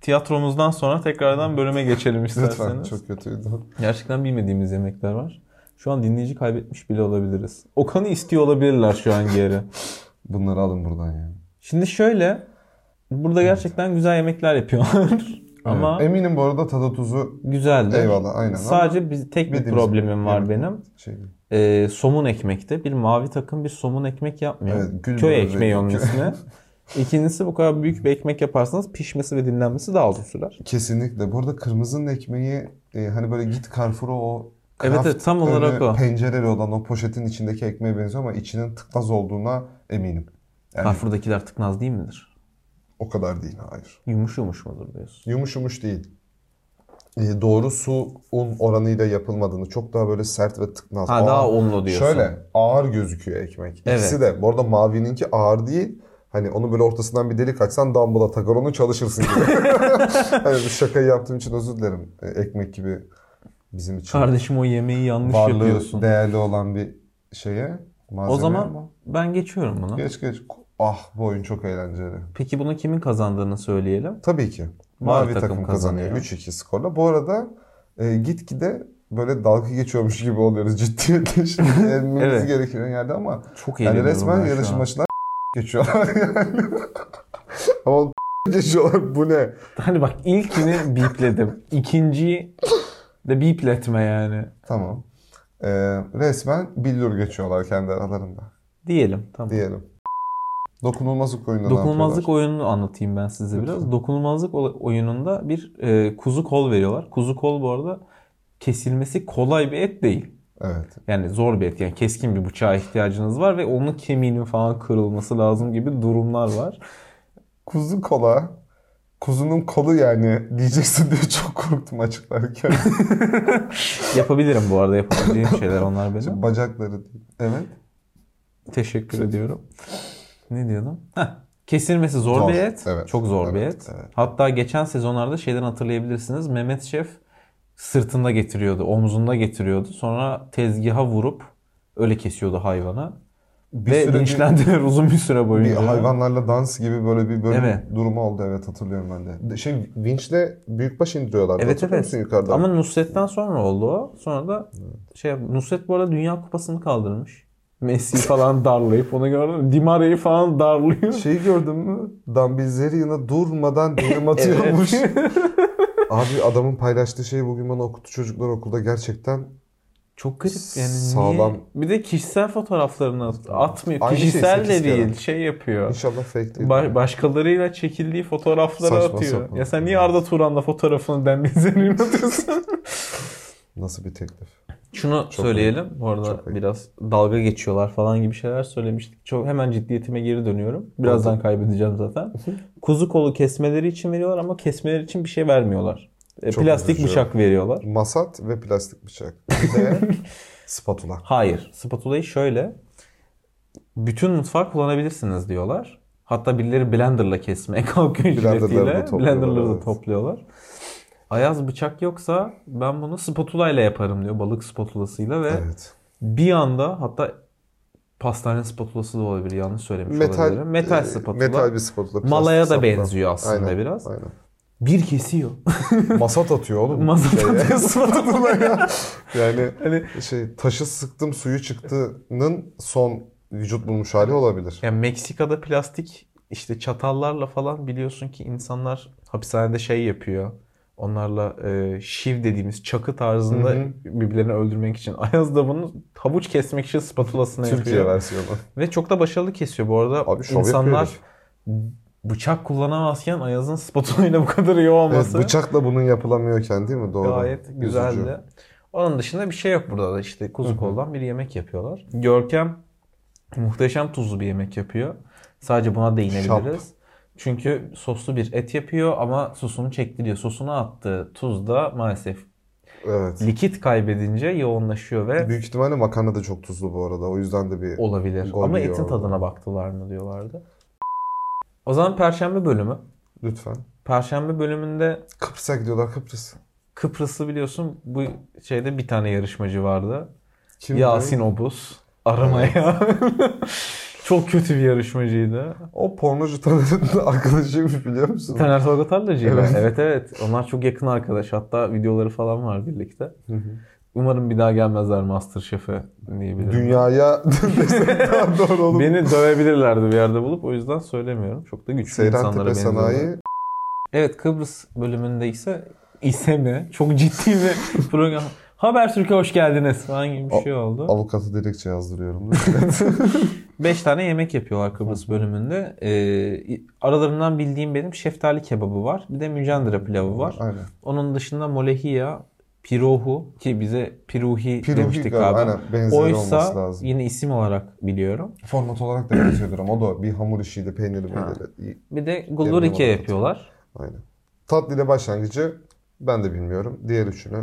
[SPEAKER 2] tiyatromuzdan sonra tekrardan bölüme geçelim
[SPEAKER 3] Lütfen
[SPEAKER 2] isterseniz.
[SPEAKER 3] çok kötüydü.
[SPEAKER 2] Gerçekten bilmediğimiz yemekler var. Şu an dinleyici kaybetmiş bile olabiliriz. Okan'ı istiyor olabilirler şu an geri.
[SPEAKER 3] Bunları alın buradan yani.
[SPEAKER 2] Şimdi şöyle. Burada gerçekten güzel yemekler yapıyorlar. Ama
[SPEAKER 3] Evet. Eminim bu arada tadı tuzu
[SPEAKER 2] güzeldi.
[SPEAKER 3] eyvallah aynen. ama
[SPEAKER 2] Sadece bir, tek bir
[SPEAKER 3] Bildiğimiz
[SPEAKER 2] problemim var
[SPEAKER 3] yemek.
[SPEAKER 2] benim.
[SPEAKER 3] Şey, değil.
[SPEAKER 2] Ee, somun ekmekte bir mavi takım bir somun ekmek yapmıyor.
[SPEAKER 3] Evet, gül
[SPEAKER 2] Köy
[SPEAKER 3] böreği,
[SPEAKER 2] ekmeği onun
[SPEAKER 3] köy-
[SPEAKER 2] ismi. İkincisi bu kadar büyük bir ekmek yaparsanız pişmesi ve dinlenmesi daha uzun sürer.
[SPEAKER 3] kesinlikle. Bu arada kırmızının ekmeği e, hani böyle git Carrefour'a o
[SPEAKER 2] Evet,
[SPEAKER 3] kraft
[SPEAKER 2] evet, tam olarak
[SPEAKER 3] önü
[SPEAKER 2] o.
[SPEAKER 3] pencereli olan o poşetin içindeki ekmeğe benziyor ama içinin tıklaz olduğuna eminim. Yani
[SPEAKER 2] Carrefour'dakiler tıknaz değil midir?
[SPEAKER 3] o kadar değil hayır.
[SPEAKER 2] Yumuş yumuş mudur diyorsun?
[SPEAKER 3] Yumuş yumuş değil. E, doğru su un oranıyla yapılmadığını çok daha böyle sert ve tıknaz.
[SPEAKER 2] Ha
[SPEAKER 3] Ağır-
[SPEAKER 2] daha unlu diyorsun.
[SPEAKER 3] Şöyle ağır gözüküyor ekmek. İkisi de bu arada mavininki ağır değil. Hani onu böyle ortasından bir delik açsan dumbbell'a takar onu çalışırsın gibi. hani bu şakayı yaptığım için özür dilerim. E, ekmek gibi bizim için
[SPEAKER 2] Kardeşim o yemeği yanlış
[SPEAKER 3] varlığı
[SPEAKER 2] yapıyorsun.
[SPEAKER 3] değerli olan bir şeye malzeme.
[SPEAKER 2] o zaman
[SPEAKER 3] ama
[SPEAKER 2] ben geçiyorum buna.
[SPEAKER 3] geç geç. Ah bu oyun çok eğlenceli.
[SPEAKER 2] Peki bunu kimin kazandığını söyleyelim.
[SPEAKER 3] Tabii ki. Mavi, takım, kazanıyor. 3-2 skorla. Bu arada e, gitgide böyle dalga geçiyormuş gibi oluyoruz ciddiyetle. Şimdi elmemiz
[SPEAKER 2] Evet.
[SPEAKER 3] gereken yerde ama
[SPEAKER 2] Çok
[SPEAKER 3] Yani
[SPEAKER 2] eğleniyorum ben
[SPEAKER 3] resmen
[SPEAKER 2] şu an.
[SPEAKER 3] yarışmacılar geçiyorlar yani. Ama geçiyorlar bu ne?
[SPEAKER 2] Hani bak ilkini bipledim. İkinciyi de bipletme yani.
[SPEAKER 3] Tamam. Ee, resmen billur geçiyorlar kendi aralarında
[SPEAKER 2] Diyelim tamam.
[SPEAKER 3] diyelim. Dokunulmazlık oyununda
[SPEAKER 2] Dokunulmazlık
[SPEAKER 3] ne
[SPEAKER 2] oyununu anlatayım ben size biraz.
[SPEAKER 3] Lütfen.
[SPEAKER 2] Dokunulmazlık ol- oyununda bir e, kuzu kol veriyorlar. Kuzu kol bu arada kesilmesi kolay bir et değil.
[SPEAKER 3] yapıyorlar? Evet.
[SPEAKER 2] Yani zor bir et. Yani keskin bir bıçağa ihtiyacınız var ve onun kemiğinin falan kırılması lazım gibi durumlar var.
[SPEAKER 3] Kuzu kola Kuzunun kolu yani diyeceksin diye çok korktum açıklarken.
[SPEAKER 2] Yapabilirim bu arada yapabileceğim şeyler onlar benim.
[SPEAKER 3] Bacakları değil. Evet.
[SPEAKER 2] Teşekkür ediyorum. Ne diyordum? Heh. Kesilmesi zor,
[SPEAKER 3] Zor,
[SPEAKER 2] bir et.
[SPEAKER 3] evet.
[SPEAKER 2] Çok zor bir
[SPEAKER 3] Evet,
[SPEAKER 2] et.
[SPEAKER 3] evet.
[SPEAKER 2] Hatta geçen sezonlarda şeyden hatırlayabilirsiniz. Mehmet Şef sırtında getiriyordu, omzunda getiriyordu. Sonra tezgaha vurup öyle kesiyordu hayvanı.
[SPEAKER 3] Bir
[SPEAKER 2] Ve
[SPEAKER 3] süre
[SPEAKER 2] linçlendiler uzun bir süre
[SPEAKER 3] bir, bir
[SPEAKER 2] boyunca.
[SPEAKER 3] hayvanlarla dans gibi böyle bir bölüm
[SPEAKER 2] Evet.
[SPEAKER 3] durumu oldu evet hatırlıyorum ben de. De- Şey vinçle büyükbaş indiriyorlardı
[SPEAKER 2] Evet
[SPEAKER 3] hatırlıyor
[SPEAKER 2] evet.
[SPEAKER 3] musun yukarıdan?
[SPEAKER 2] Ama Nusret'ten sonra oldu o. Sonra da şey Nusret bu arada Dünya Kupası'nı kaldırmış. Messi'yi falan darlayıp onu gördün mü? Di Maria'yı falan darlıyor.
[SPEAKER 3] Şeyi gördün mü? Dambilzerian'a durmadan DM atıyormuş. Abi adamın paylaştığı şeyi bugün bana okuttu çocuklar okulda gerçekten.
[SPEAKER 2] Çok garip yani
[SPEAKER 3] Sağlam.
[SPEAKER 2] niye? Bir de kişisel fotoğraflarını at- atmıyor.
[SPEAKER 3] Aynı şey
[SPEAKER 2] kişisel
[SPEAKER 3] sekiz
[SPEAKER 2] de değil.
[SPEAKER 3] kere.
[SPEAKER 2] Şey yapıyor.
[SPEAKER 3] İnşallah fake değil.
[SPEAKER 2] Ba- başkalarıyla çekildiği fotoğraflara
[SPEAKER 3] Saçma
[SPEAKER 2] atıyor.
[SPEAKER 3] sapan.
[SPEAKER 2] Ya sen niye Arda Turan'la fotoğrafını denbizlerini atıyorsun?
[SPEAKER 3] Nasıl bir teklif?
[SPEAKER 2] Şunu söyleyelim. Bu arada
[SPEAKER 3] Çok ayıp.
[SPEAKER 2] biraz dalga geçiyorlar falan gibi şeyler söylemiştik. Çok hemen ciddiyetime geri dönüyorum. Birazdan kaybedeceğim zaten. Kuzu kolu kesmeleri için veriyorlar ama kesmeleri için bir şey vermiyorlar. E,
[SPEAKER 3] Çok
[SPEAKER 2] plastik
[SPEAKER 3] üzücü.
[SPEAKER 2] bıçak veriyorlar.
[SPEAKER 3] Masat ve plastik bıçak. Ve spatula.
[SPEAKER 2] Hayır. Spatula'yı şöyle bütün mutfağa kullanabilirsiniz diyorlar. Hatta birileri blenderla kesmeye kalkıyor
[SPEAKER 3] Blenderları da
[SPEAKER 2] ücretiyle.
[SPEAKER 3] topluyorlar,
[SPEAKER 2] Blenderları da
[SPEAKER 3] evet.
[SPEAKER 2] topluyorlar. Ayaz bıçak yoksa ben bunu spatula ile yaparım diyor. Balık spatulasıyla ve
[SPEAKER 3] Evet.
[SPEAKER 2] bir anda hatta pastane spatulası da olabilir yanlış söylemiş
[SPEAKER 3] Metal,
[SPEAKER 2] olabilirim. Metal
[SPEAKER 3] e,
[SPEAKER 2] spatula.
[SPEAKER 3] Metal bir spatula. plastik
[SPEAKER 2] Malaya da
[SPEAKER 3] spatula.
[SPEAKER 2] benziyor aslında
[SPEAKER 3] Aynen,
[SPEAKER 2] biraz.
[SPEAKER 3] Aynen.
[SPEAKER 2] Bir kesiyor.
[SPEAKER 3] Masat atıyor oğlum.
[SPEAKER 2] Masada atıyor spatula.
[SPEAKER 3] Yani
[SPEAKER 2] Hani
[SPEAKER 3] şey taşı sıktım suyu çıktığının son vücut bulmuş hali olabilir.
[SPEAKER 2] Ya Meksika'da plastik işte çatallarla falan biliyorsun ki insanlar hapishanede şey yapıyor. Onlarla e, şiv dediğimiz çakı tarzında
[SPEAKER 3] Hı hı.
[SPEAKER 2] birbirlerini öldürmek için. Ayaz da bunu havuç kesmek için spatulasına
[SPEAKER 3] Türkiye
[SPEAKER 2] yapıyor.
[SPEAKER 3] versiyonu.
[SPEAKER 2] Ve çok da başarılı kesiyor bu arada.
[SPEAKER 3] Abi şov
[SPEAKER 2] İnsanlar
[SPEAKER 3] yapıyor
[SPEAKER 2] bıçak kullanamazken Ayaz'ın spatulayla bu kadar iyi olması
[SPEAKER 3] Evet, bıçakla bunun yapılamıyorken değil mi? Doğru.
[SPEAKER 2] gayet
[SPEAKER 3] Üzücü.
[SPEAKER 2] güzeldi. Onun dışında bir şey yok burada da işte kuzu koldan bir yemek yapıyorlar. Görkem muhteşem tuzlu bir yemek yapıyor. Sadece buna değinebiliriz. Çünkü soslu bir et yapıyor ama sosunu çektiriyor. Sosuna attığı tuz da maalesef
[SPEAKER 3] Evet.
[SPEAKER 2] likit kaybedince yoğunlaşıyor ve
[SPEAKER 3] Büyük ihtimalle makarna da çok tuzlu bu arada. O yüzden de bir
[SPEAKER 2] olabilir.
[SPEAKER 3] Gol
[SPEAKER 2] Ama
[SPEAKER 3] yiyor
[SPEAKER 2] etin
[SPEAKER 3] orada.
[SPEAKER 2] tadına baktılar mı diyorlardı. O zaman Perşembe bölümü.
[SPEAKER 3] lütfen.
[SPEAKER 2] Perşembe bölümünde
[SPEAKER 3] Kıbrıs'a gidiyorlar Kıbrıs.
[SPEAKER 2] Kıbrıs'ı biliyorsun bu şeyde bir tane yarışmacı vardı.
[SPEAKER 3] Kim
[SPEAKER 2] Yasin Obuz. Aramaya. Çok kötü bir yarışmacıydı.
[SPEAKER 3] O pornocu tanıdığın arkadaşıymış biliyor musun?
[SPEAKER 2] Taner Tolga Tarlacı'ydı.
[SPEAKER 3] Evet.
[SPEAKER 2] Evet. evet Onlar çok yakın arkadaş. Hatta videoları falan var birlikte.
[SPEAKER 3] Hı hı.
[SPEAKER 2] Umarım bir daha gelmezler Masterchef'e diyebilirim.
[SPEAKER 3] Dünyaya desek daha doğru olur.
[SPEAKER 2] Beni dövebilirlerdi bir yerde bulup. O yüzden söylemiyorum. Çok da güçlü
[SPEAKER 3] Seyran
[SPEAKER 2] insanlara
[SPEAKER 3] Tepe
[SPEAKER 2] benziyorlar.
[SPEAKER 3] Sanayi
[SPEAKER 2] Evet Kıbrıs bölümünde ise ise mi? Çok ciddi bir program. Habertürk'e hoş geldiniz falan gibi bir şey oldu.
[SPEAKER 3] avukatı dilekçe yazdırıyorum.
[SPEAKER 2] 5 tane yemek yapıyorlar Kıbrıs bölümünde. Ee, aralarından bildiğim benim şeftali kebabı var. Bir de mücandira pilavı var.
[SPEAKER 3] Aynen.
[SPEAKER 2] Onun dışında molehiya, pirohu ki bize piruhi,
[SPEAKER 3] Piruhi
[SPEAKER 2] demiştik
[SPEAKER 3] galiba,
[SPEAKER 2] abi.
[SPEAKER 3] aynen. Benzeri
[SPEAKER 2] Oysa
[SPEAKER 3] olması lazım.
[SPEAKER 2] yine isim olarak biliyorum.
[SPEAKER 3] Format olarak da benziyordur ama o da bir hamur işiyle peynirli peynirli.
[SPEAKER 2] Bir de
[SPEAKER 3] Yemeğe
[SPEAKER 2] gulurike
[SPEAKER 3] bakalım.
[SPEAKER 2] yapıyorlar.
[SPEAKER 3] Aynen. Tatlı ile başlangıcı ben de bilmiyorum. Diğer üçünü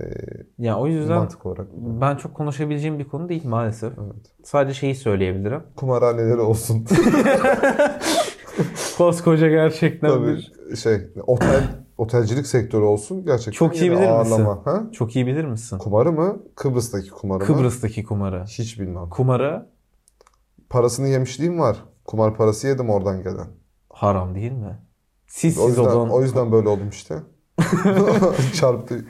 [SPEAKER 3] e,
[SPEAKER 2] Yani o yüzden
[SPEAKER 3] mantık olarak.
[SPEAKER 2] ben çok konuşabileceğim bir konu değil maalesef.
[SPEAKER 3] Evet.
[SPEAKER 2] Sadece şeyi söyleyebilirim.
[SPEAKER 3] Kumarhaneleri olsun.
[SPEAKER 2] Koskoca gerçekten
[SPEAKER 3] Tabii
[SPEAKER 2] bir...
[SPEAKER 3] şey otel otelcilik sektörü olsun gerçekten.
[SPEAKER 2] Çok iyi
[SPEAKER 3] yine
[SPEAKER 2] bilir misin?
[SPEAKER 3] ağırlama. Ha?
[SPEAKER 2] Çok iyi bilir misin?
[SPEAKER 3] Kumarı mı? Kıbrıs'taki kumarı mı?
[SPEAKER 2] Kıbrıs'taki kumarı.
[SPEAKER 3] Hiç bilmem.
[SPEAKER 2] Kumarı
[SPEAKER 3] Parasını yemişliğim var. Kumar parası yedim oradan gelen.
[SPEAKER 2] haram değil mi? Siz
[SPEAKER 3] O
[SPEAKER 2] siz
[SPEAKER 3] yüzden,
[SPEAKER 2] olan
[SPEAKER 3] o yüzden böyle oldum işte. Çarptı.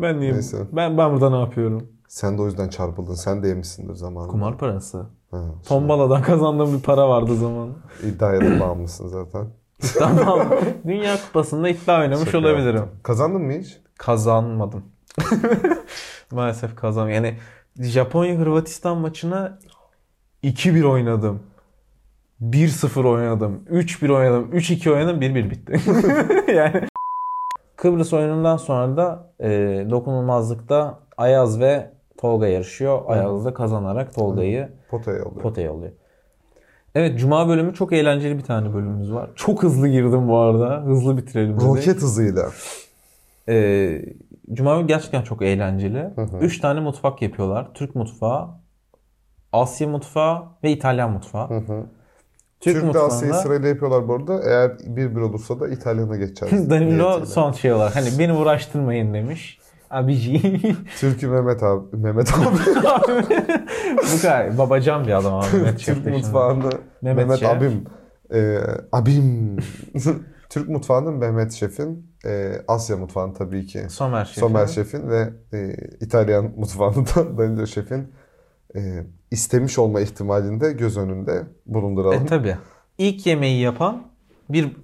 [SPEAKER 2] Ben niye?
[SPEAKER 3] Neyse.
[SPEAKER 2] Ben ben burada ne yapıyorum?
[SPEAKER 3] Sen de o yüzden çarpıldın. Sen de yemişsindir zamanında.
[SPEAKER 2] Kumar parası.
[SPEAKER 3] Ha,
[SPEAKER 2] Tombaladan kazandığım bir para vardı zaman.
[SPEAKER 3] iddiaya da bağımlısın zaten.
[SPEAKER 2] tamam. Dünya Kupası'nda iddia oynamış
[SPEAKER 3] Şaka
[SPEAKER 2] olabilirim.
[SPEAKER 3] yaptım. Kazandın mı hiç?
[SPEAKER 2] Kazanmadım. Maalesef kazan. Yani Japonya Hırvatistan maçına 2-1 oynadım. 1-0 oynadım. 3-1 oynadım. 3-2 oynadım. 1-1 bitti. yani Kıbrıs oyunundan sonra da e, dokunulmazlıkta Ayaz ve Tolga yarışıyor. Ayaz da kazanarak Tolga'yı
[SPEAKER 3] Potaya oluyor.
[SPEAKER 2] potaya oluyor. Evet Cuma bölümü çok eğlenceli bir tane bölümümüz var. Çok hızlı girdim bu arada. Hızlı bitirelim. dedi.
[SPEAKER 3] Roket hızıyla.
[SPEAKER 2] Ee, Cuma günü gerçekten çok eğlenceli.
[SPEAKER 3] Hı hı.
[SPEAKER 2] Üç tane mutfak yapıyorlar. Türk mutfağı, Asya mutfağı ve İtalyan mutfağı.
[SPEAKER 3] Hı hı.
[SPEAKER 2] Türk
[SPEAKER 3] Türk ve Asya'yı
[SPEAKER 2] mutfağında
[SPEAKER 3] sırayla yapıyorlar bu arada. Eğer bir bir olursa da İtalyan'a geçeriz.
[SPEAKER 2] Danilo
[SPEAKER 3] niyetiyle.
[SPEAKER 2] son şey olarak hani beni uğraştırmayın demiş. Abici.
[SPEAKER 3] Türk'ü Mehmet abi. Mehmet abi.
[SPEAKER 2] Bu kadar babacan bir adam abi. Mehmet Şef
[SPEAKER 3] Türk
[SPEAKER 2] de şimdi.
[SPEAKER 3] mutfağında
[SPEAKER 2] Mehmet
[SPEAKER 3] Mehmet,
[SPEAKER 2] Şef.
[SPEAKER 3] abim. Ee, abim. Türk mutfağının Mehmet Şef'in. ee, Asya mutfağının tabii ki.
[SPEAKER 2] Somer Şef.
[SPEAKER 3] Somer Şef'in ve ee, İtalyan mutfağında da Danilo Şef'in ee, istemiş olma ihtimalinde göz önünde bulunduralım.
[SPEAKER 2] E tabi. İlk yemeği yapan bir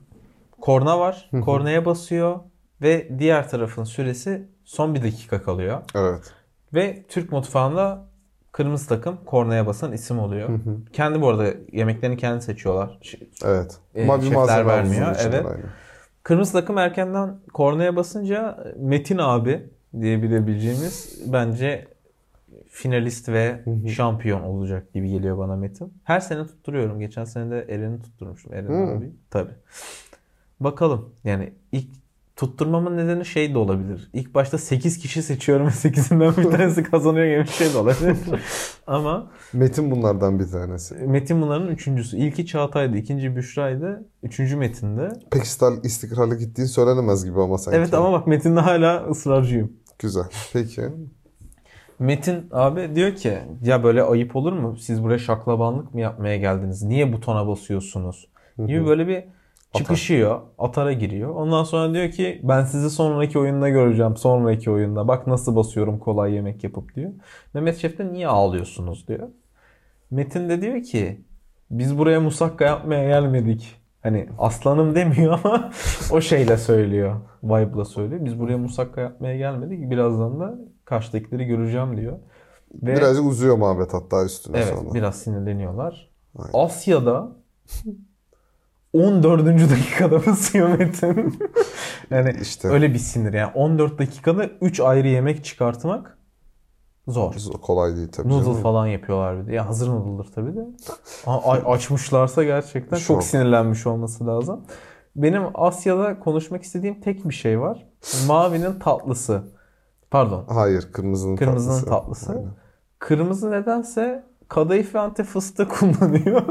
[SPEAKER 2] korna var. Kornaya basıyor ve diğer tarafın süresi son bir dakika kalıyor.
[SPEAKER 3] Evet.
[SPEAKER 2] Ve Türk mutfağında kırmızı takım kornaya basan isim oluyor. Kendi bu arada yemeklerini kendi seçiyorlar. Ş-
[SPEAKER 3] Evet.
[SPEAKER 2] E,
[SPEAKER 3] Ama bir
[SPEAKER 2] şefler
[SPEAKER 3] malzeme
[SPEAKER 2] vermiyor,
[SPEAKER 3] havuzunun içinden
[SPEAKER 2] evet.
[SPEAKER 3] aynı.
[SPEAKER 2] Kırmızı takım erkenden kornaya basınca Metin abi diyebilebileceğimiz bence finalist ve şampiyon olacak gibi geliyor bana Metin. Her sene tutturuyorum. Geçen sene de Eren'i tutturmuştum. Eren
[SPEAKER 3] Hı.
[SPEAKER 2] abi. Tabii. Bakalım. Yani ilk tutturmamın nedeni şey de olabilir. İlk başta 8 kişi seçiyorum ve 8'inden bir tanesi kazanıyor gibi bir şey de olabilir. Ama
[SPEAKER 3] Metin bunlardan bir tanesi.
[SPEAKER 2] Metin bunların üçüncüsü. İlki Çağatay'dı, ikinci Büşra'ydı, üçüncü Metin'de.
[SPEAKER 3] Pek istikrar- istikrarlı gittiğin söylenemez gibi ama sanki.
[SPEAKER 2] Evet ama bak Metin'de hala ısrarcıyım.
[SPEAKER 3] Güzel. Peki.
[SPEAKER 2] Metin abi diyor ki ya böyle ayıp olur mu? Siz buraya şaklabanlık mı yapmaya geldiniz? Niye butona basıyorsunuz? Gibi böyle bir çıkışıyor. Atara giriyor. Ondan sonra diyor ki ben sizi sonraki oyunda göreceğim. Sonraki oyunda. Bak nasıl basıyorum kolay yemek yapıp diyor. Mehmet Şef de niye ağlıyorsunuz diyor. Metin de diyor ki biz buraya musakka yapmaya gelmedik. Hani aslanım demiyor ama o şeyle söylüyor. Vibe'la söylüyor. Biz buraya musakka yapmaya gelmedik. Birazdan da karşıdakileri göreceğim diyor. Ve
[SPEAKER 3] Birazcık uzuyor muhabbet hatta üstüne
[SPEAKER 2] evet
[SPEAKER 3] sonra.
[SPEAKER 2] biraz sinirleniyorlar.
[SPEAKER 3] Aynen.
[SPEAKER 2] Asya'da 14. dakikada basıyor Metin. yani
[SPEAKER 3] İşte.
[SPEAKER 2] öyle bir sinir. Yani 14 dakikada 3 ayrı yemek çıkartmak zor.
[SPEAKER 3] Biz- Kolay değil tabii.
[SPEAKER 2] Noodle
[SPEAKER 3] canım.
[SPEAKER 2] falan yapıyorlar bir de. Ya hazır noodle'dır tabii de. A- a- açmışlarsa gerçekten çok
[SPEAKER 3] Şok.
[SPEAKER 2] sinirlenmiş olması lazım. Benim Asya'da konuşmak istediğim tek bir şey var. Mavinin tatlısı. Pardon.
[SPEAKER 3] Hayır, kırmızının,
[SPEAKER 2] Kırmızının
[SPEAKER 3] tatlısı.
[SPEAKER 2] tatlısı.
[SPEAKER 3] Aynen.
[SPEAKER 2] Kırmızı nedense kadayıf ve antep fıstığı kullanıyor.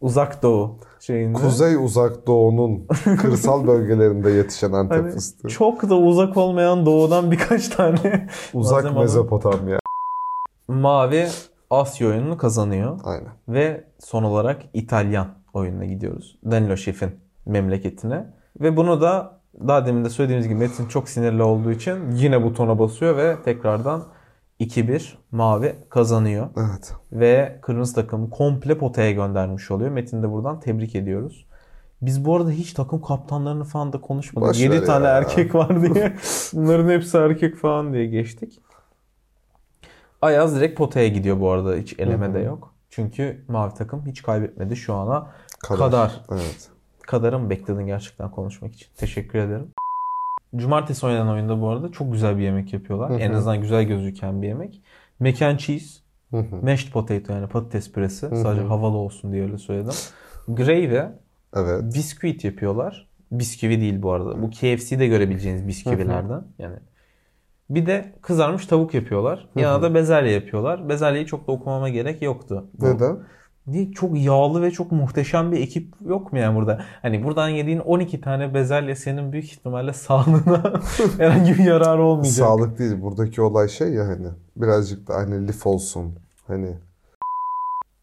[SPEAKER 2] Uzak Doğu şeyinde.
[SPEAKER 3] Kuzey Uzak Doğu'nun kırsal bölgelerinde yetişen Antep
[SPEAKER 2] Hani
[SPEAKER 3] fıstığı.
[SPEAKER 2] çok da uzak olmayan doğudan birkaç tane
[SPEAKER 3] Uzak
[SPEAKER 2] malzeme alıp
[SPEAKER 3] Mezopotamya.
[SPEAKER 2] mavi Asya oyununu kazanıyor.
[SPEAKER 3] Aynen.
[SPEAKER 2] Ve son olarak İtalyan oyununa gidiyoruz. Danilo Şef'in memleketine. Ve bunu da daha demin de söylediğimiz gibi Metin çok sinirli olduğu için yine butona basıyor ve tekrardan 2-1 mavi kazanıyor.
[SPEAKER 3] Evet.
[SPEAKER 2] Ve kırmızı takımı komple potaya göndermiş oluyor. Metin de buradan tebrik ediyoruz. Biz bu arada hiç takım kaptanlarını falan da konuşmadık.
[SPEAKER 3] Boş
[SPEAKER 2] 7
[SPEAKER 3] ver
[SPEAKER 2] tane
[SPEAKER 3] ya.
[SPEAKER 2] erkek var diye. Bunların hepsi erkek falan diye geçtik. Ayaz direkt potaya gidiyor bu arada. Hiç eleme de yok. Çünkü mavi takım hiç kaybetmedi şu ana.
[SPEAKER 3] Kadar.
[SPEAKER 2] Kadar.
[SPEAKER 3] Evet.
[SPEAKER 2] Kadarım bekledin gerçekten konuşmak için. Teşekkür ederim. Cumartesi oynanan oyunda bu arada çok güzel bir yemek yapıyorlar.
[SPEAKER 3] Hı hı.
[SPEAKER 2] En azından güzel gözüken bir yemek. Mac and cheese.
[SPEAKER 3] Hı hı.
[SPEAKER 2] Mashed potato yani patates püresi.
[SPEAKER 3] hı.
[SPEAKER 2] Sadece havalı olsun diye öyle söyledim. Gravy,
[SPEAKER 3] Evet.
[SPEAKER 2] bisküvit yapıyorlar. Bisküvi değil bu arada. Bu KFC'de görebileceğiniz bisküvilerden. Yani bir de kızarmış tavuk yapıyorlar. Yanına da bezelye yapıyorlar. Bezelyeyi çok da okumama gerek yoktu. Bu-
[SPEAKER 3] Neden?
[SPEAKER 2] Niye? Çok yağlı ve çok muhteşem bir ekip yok mu yani burada? Hani buradan yediğin 12 tane bezelye senin büyük ihtimalle sağlığına herhangi bir yararı olmayacak.
[SPEAKER 3] Sağlık değil. Buradaki olay şey ya hani birazcık da hani lif olsun. Hani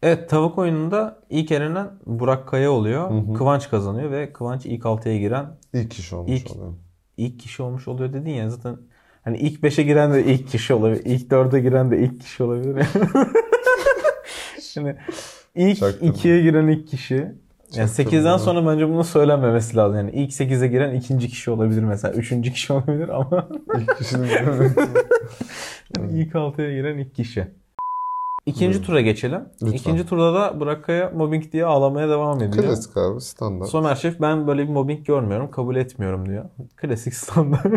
[SPEAKER 2] Evet tavuk oyununda ilk elenen Burak Kaya oluyor. Kıvanç kazanıyor ve Kıvanç ilk 6'ya giren
[SPEAKER 3] ilk iş olmuş
[SPEAKER 2] İlk-
[SPEAKER 3] oluyor.
[SPEAKER 2] ilk kişi olmuş oluyor dedin ya zaten hani ilk 5'e giren de ilk kişi olabilir. İlk 4'e giren de ilk kişi olabilir. Şimdi ilk
[SPEAKER 3] Çaktırma.
[SPEAKER 2] 2'ye giren ilk kişi. Yani 8'den sonra bence bunu söylenmemesi lazım. Yani ilk 8'e giren ikinci kişi olabilir mesela. Üçüncü kişi olabilir ama
[SPEAKER 3] İlk kişinin Hmm.
[SPEAKER 2] ilk 6'ya giren ilk kişi. İkinci tura geçelim.
[SPEAKER 3] Lütfen.
[SPEAKER 2] İkinci turda da Burak Kaya mobbing diye ağlamaya devam ediyor.
[SPEAKER 3] klasik abi standart.
[SPEAKER 2] Somer Şef ben böyle bir mobbing görmüyorum, kabul etmiyorum diyor. Klasik standart.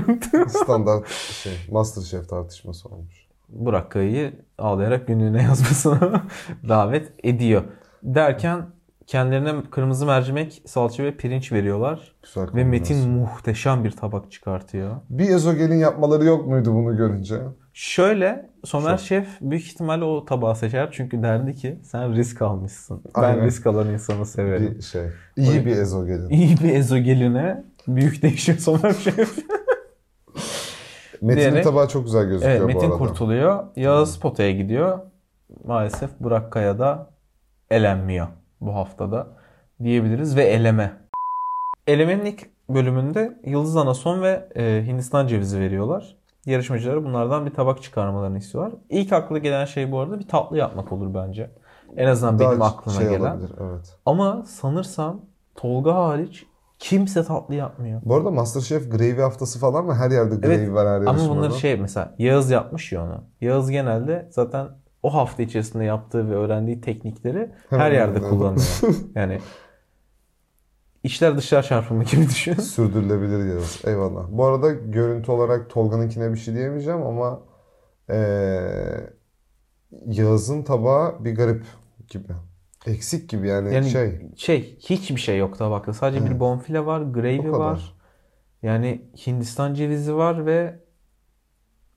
[SPEAKER 3] Standart şey. Masterchef tartışması olmuş.
[SPEAKER 2] Burak Kaya'yı ağlayarak günlüğüne yazmasına davet ediyor. Derken kendilerine kırmızı mercimek, salça ve pirinç veriyorlar.
[SPEAKER 3] Güzel
[SPEAKER 2] Ve
[SPEAKER 3] kombinasyon.
[SPEAKER 2] Metin muhteşem bir tabak çıkartıyor.
[SPEAKER 3] Bir ezogelin yapmaları yok muydu bunu görünce?
[SPEAKER 2] Şöyle Somer Şef büyük ihtimalle o tabağı seçer. Çünkü derdi ki sen risk almışsın.
[SPEAKER 3] Aynen.
[SPEAKER 2] Ben risk alan insanı severim.
[SPEAKER 3] Bir şey. İyi bir ezogelin.
[SPEAKER 2] İyi bir ezogeline büyük değişim Somer Şef.
[SPEAKER 3] Metin'in
[SPEAKER 2] diyerek-
[SPEAKER 3] tabağı çok güzel gözüküyor
[SPEAKER 2] evet
[SPEAKER 3] bu
[SPEAKER 2] Metin
[SPEAKER 3] arada.
[SPEAKER 2] kurtuluyor. Yağız potaya gidiyor. Maalesef Burak Kaya da elenmiyor bu haftada diyebiliriz ve eleme. Elemenin ilk bölümünde Yıldız Anason ve e, Hindistan cevizi veriyorlar. Yarışmacılara bunlardan bir tabak çıkarmalarını istiyorlar. İlk akla gelen şey bu arada bir tatlı yapmak olur bence. En azından benim
[SPEAKER 3] Daha
[SPEAKER 2] aklıma
[SPEAKER 3] şey
[SPEAKER 2] gelen.
[SPEAKER 3] olabilir, evet.
[SPEAKER 2] Ama sanırsam Tolga hariç kimse tatlı yapmıyor.
[SPEAKER 3] Bu arada Masterchef gravy haftası falan mı? Her yerde gravy
[SPEAKER 2] Evet,
[SPEAKER 3] var her
[SPEAKER 2] Ama
[SPEAKER 3] yarışmada.
[SPEAKER 2] bunları şey mesela Yağız yapmış ya onu. Yağız genelde zaten o hafta içerisinde yaptığı ve öğrendiği teknikleri her
[SPEAKER 3] Hemen
[SPEAKER 2] yerde
[SPEAKER 3] öğreniyor.
[SPEAKER 2] kullanıyor. Yani işler dışlar çarpımı gibi
[SPEAKER 3] Şey,
[SPEAKER 2] düşünüyorsun.
[SPEAKER 3] Sürdürülebilir diyoruz. Eyvallah. Bu arada görüntü olarak Tolga'nınkine bir şey diyemeyeceğim ama eee Yağız'ın tabağı bir garip gibi. Eksik gibi yani,
[SPEAKER 2] Yani
[SPEAKER 3] şey.
[SPEAKER 2] şey hiçbir şey yok tabakta. Sadece bir
[SPEAKER 3] Evet.
[SPEAKER 2] bonfile var,
[SPEAKER 3] O
[SPEAKER 2] gravy
[SPEAKER 3] kadar.
[SPEAKER 2] var. Yani Hindistan cevizi var ve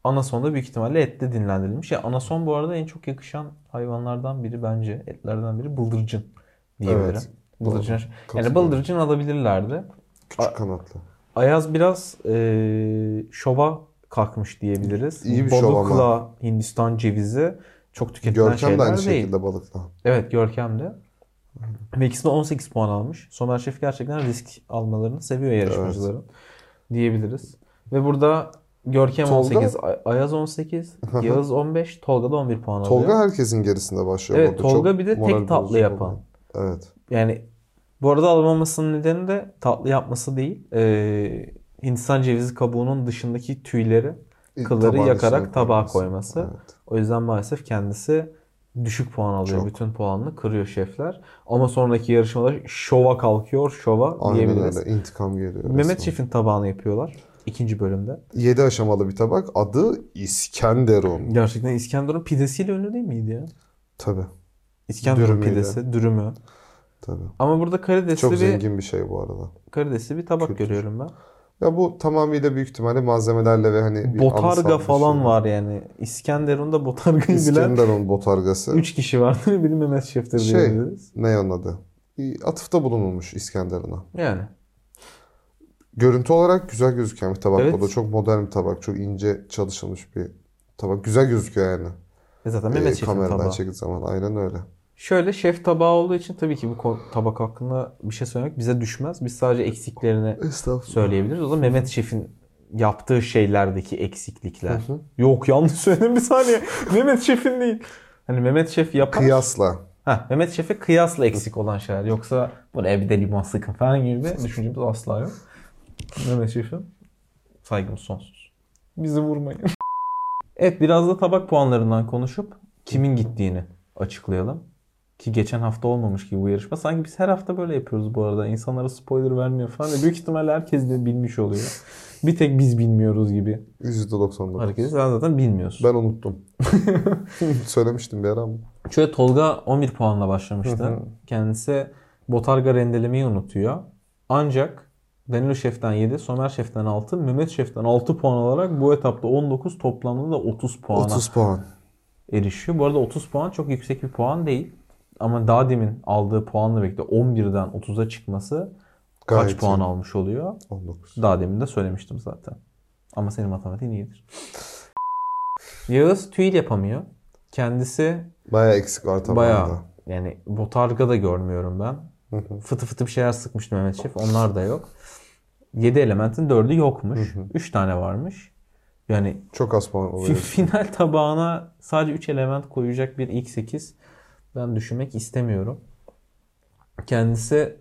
[SPEAKER 2] anason da büyük ihtimalle etle dinlendirilmiş. Ya anason bu arada en çok yakışan hayvanlardan biri bence. Etlerden biri bıldırcın diyebilirim.
[SPEAKER 3] Evet.
[SPEAKER 2] Bıldırcın.
[SPEAKER 3] Doğru.
[SPEAKER 2] Yani
[SPEAKER 3] Katılıyorum.
[SPEAKER 2] bıldırcın alabilirlerdi.
[SPEAKER 3] Küçük kanatlı.
[SPEAKER 2] Ayaz biraz eee şova kalkmış diyebiliriz.
[SPEAKER 3] İyi bir şov ama.
[SPEAKER 2] Balıkla Hindistan cevizi çok tüketilen
[SPEAKER 3] Görkem de
[SPEAKER 2] şeyler
[SPEAKER 3] aynı
[SPEAKER 2] değil.
[SPEAKER 3] şekilde balıkla.
[SPEAKER 2] Evet Görkem de. Ve ikisi de 18 puan almış. Somer Şef gerçekten risk almalarını seviyor yarışmacıların diyebiliriz. Ve burada Görkem
[SPEAKER 3] Tolga-
[SPEAKER 2] 18, Ay- Ayaz 18, Yağız 15, Tolga da 11 puan alıyor.
[SPEAKER 3] Tolga herkesin gerisinde başlıyor
[SPEAKER 2] Evet,
[SPEAKER 3] burada.
[SPEAKER 2] Tolga
[SPEAKER 3] Çok
[SPEAKER 2] bir de tek
[SPEAKER 3] moral
[SPEAKER 2] tatlı
[SPEAKER 3] bozucu
[SPEAKER 2] yapan.
[SPEAKER 3] oluyor. Evet.
[SPEAKER 2] Yani bu arada alamamasının nedeni de tatlı yapması değil. Ee, Hindistan cevizi kabuğunun dışındaki tüyleri, kılları
[SPEAKER 3] E, Tabağın
[SPEAKER 2] yakarak
[SPEAKER 3] içine
[SPEAKER 2] tabağa
[SPEAKER 3] koyması.
[SPEAKER 2] koyması.
[SPEAKER 3] şey Evet.
[SPEAKER 2] O yüzden maalesef kendisi düşük puan alıyor.
[SPEAKER 3] Çok.
[SPEAKER 2] Bütün puanını kırıyor şefler. Ama sonraki yarışmada şova kalkıyor, şova
[SPEAKER 3] Aynen
[SPEAKER 2] diyebiliriz.
[SPEAKER 3] öyle. İntikam geliyor.
[SPEAKER 2] Mehmet
[SPEAKER 3] resmen.
[SPEAKER 2] Şef'in tabağını yapıyorlar ikinci bölümde.
[SPEAKER 3] 7 aşamalı bir tabak. Adı İskenderun.
[SPEAKER 2] Gerçekten İskenderun pidesiyle ünlü değil miydi ya?
[SPEAKER 3] Tabii.
[SPEAKER 2] İskenderun
[SPEAKER 3] Dürümüyle.
[SPEAKER 2] pidesi, dürümü.
[SPEAKER 3] Tabii.
[SPEAKER 2] Ama burada karidesli
[SPEAKER 3] Çok
[SPEAKER 2] bir
[SPEAKER 3] zengin bir şey bu arada.
[SPEAKER 2] karidesli bir tabak
[SPEAKER 3] Kültür.
[SPEAKER 2] görüyorum ben.
[SPEAKER 3] Ya bu tamamıyla büyük ihtimalle malzemelerle ve hani bir
[SPEAKER 2] Botarga
[SPEAKER 3] anısal bir
[SPEAKER 2] falan
[SPEAKER 3] şey.
[SPEAKER 2] var yani. İskenderun'da botargayı bilen
[SPEAKER 3] İskenderun botargası.
[SPEAKER 2] 3 kişi vardır. Biri Mehmet Şef'tir
[SPEAKER 3] Şey.
[SPEAKER 2] diyebiliriz.
[SPEAKER 3] Ne onun adı? İyi, Atıfta bulunulmuş İskenderun'a.
[SPEAKER 2] Yani.
[SPEAKER 3] Görüntü olarak güzel gözüken bir tabak.
[SPEAKER 2] Evet.
[SPEAKER 3] O da çok modern bir tabak. Çok ince çalışılmış bir tabak. Güzel gözüküyor yani.
[SPEAKER 2] E zaten
[SPEAKER 3] Ee,
[SPEAKER 2] Mehmet Şef'in
[SPEAKER 3] kameradan
[SPEAKER 2] tabağı.
[SPEAKER 3] çekildiği zaman. Aynen öyle.
[SPEAKER 2] Şöyle şef tabağı olduğu için tabii ki bu ko- tabak hakkında bir şey söylemek bize düşmez. Biz sadece eksiklerini
[SPEAKER 3] Estağfurullah.
[SPEAKER 2] söyleyebiliriz. O da Mehmet Şef'in yaptığı şeylerdeki eksiklikler.
[SPEAKER 3] Hı hı.
[SPEAKER 2] Yok yanlış söyledim bir saniye. Mehmet Şef'in değil. Hani Mehmet Şef yapar.
[SPEAKER 3] Kıyasla.
[SPEAKER 2] Ha, Mehmet Şef'e kıyasla eksik olan şeyler. Yoksa bunu evde limon sıkın falan gibi bir düşüncemiz asla yok. Mehmet Şef'im saygımız sonsuz. Bizi vurmayın. Evet biraz da tabak puanlarından konuşup kimin gittiğini açıklayalım. Ki geçen hafta olmamış gibi bu yarışma. Sanki biz her hafta böyle yapıyoruz bu arada. İnsanlara spoiler vermiyor falan. Ve büyük ihtimalle herkes de bilmiş oluyor. Bir tek biz bilmiyoruz gibi.
[SPEAKER 3] %99.
[SPEAKER 2] Hareketi sen zaten bilmiyorsun.
[SPEAKER 3] Ben unuttum. Söylemiştim bir ara ama.
[SPEAKER 2] Şöyle Tolga 11 puanla başlamıştı.
[SPEAKER 3] Hı hı.
[SPEAKER 2] Kendisi Botarga rendelemeyi unutuyor. Ancak Danilo Şef'ten 7, Somer Şef'ten 6, Mehmet Şef'ten 6 puan alarak bu etapta 19 toplamda da 30 puana
[SPEAKER 3] 30 puan.
[SPEAKER 2] erişiyor. Bu arada 30 puan çok yüksek bir puan değil. Ama daha demin aldığı puanla birlikte 11'den 30'a çıkması
[SPEAKER 3] Gayet
[SPEAKER 2] kaç puan
[SPEAKER 3] iyi.
[SPEAKER 2] almış oluyor?
[SPEAKER 3] 19.
[SPEAKER 2] Daha demin de söylemiştim zaten. Ama senin matematiğin iyidir. Yağız tüil yapamıyor. Kendisi
[SPEAKER 3] Bayağı eksik var
[SPEAKER 2] Bayağı
[SPEAKER 3] tabağında.
[SPEAKER 2] yani botarga da görmüyorum ben.
[SPEAKER 3] Hı hı.
[SPEAKER 2] Fıtı fıtı bir şeyler sıkmıştı Mehmet Şef. Onlar da yok. 7 elementin 4'ü yokmuş. 3 tane varmış. Yani
[SPEAKER 3] Çok az puan
[SPEAKER 2] fi-
[SPEAKER 3] oluyor.
[SPEAKER 2] final tabağına sadece 3 element koyacak bir ilk 8 ben düşünmek istemiyorum. Kendisi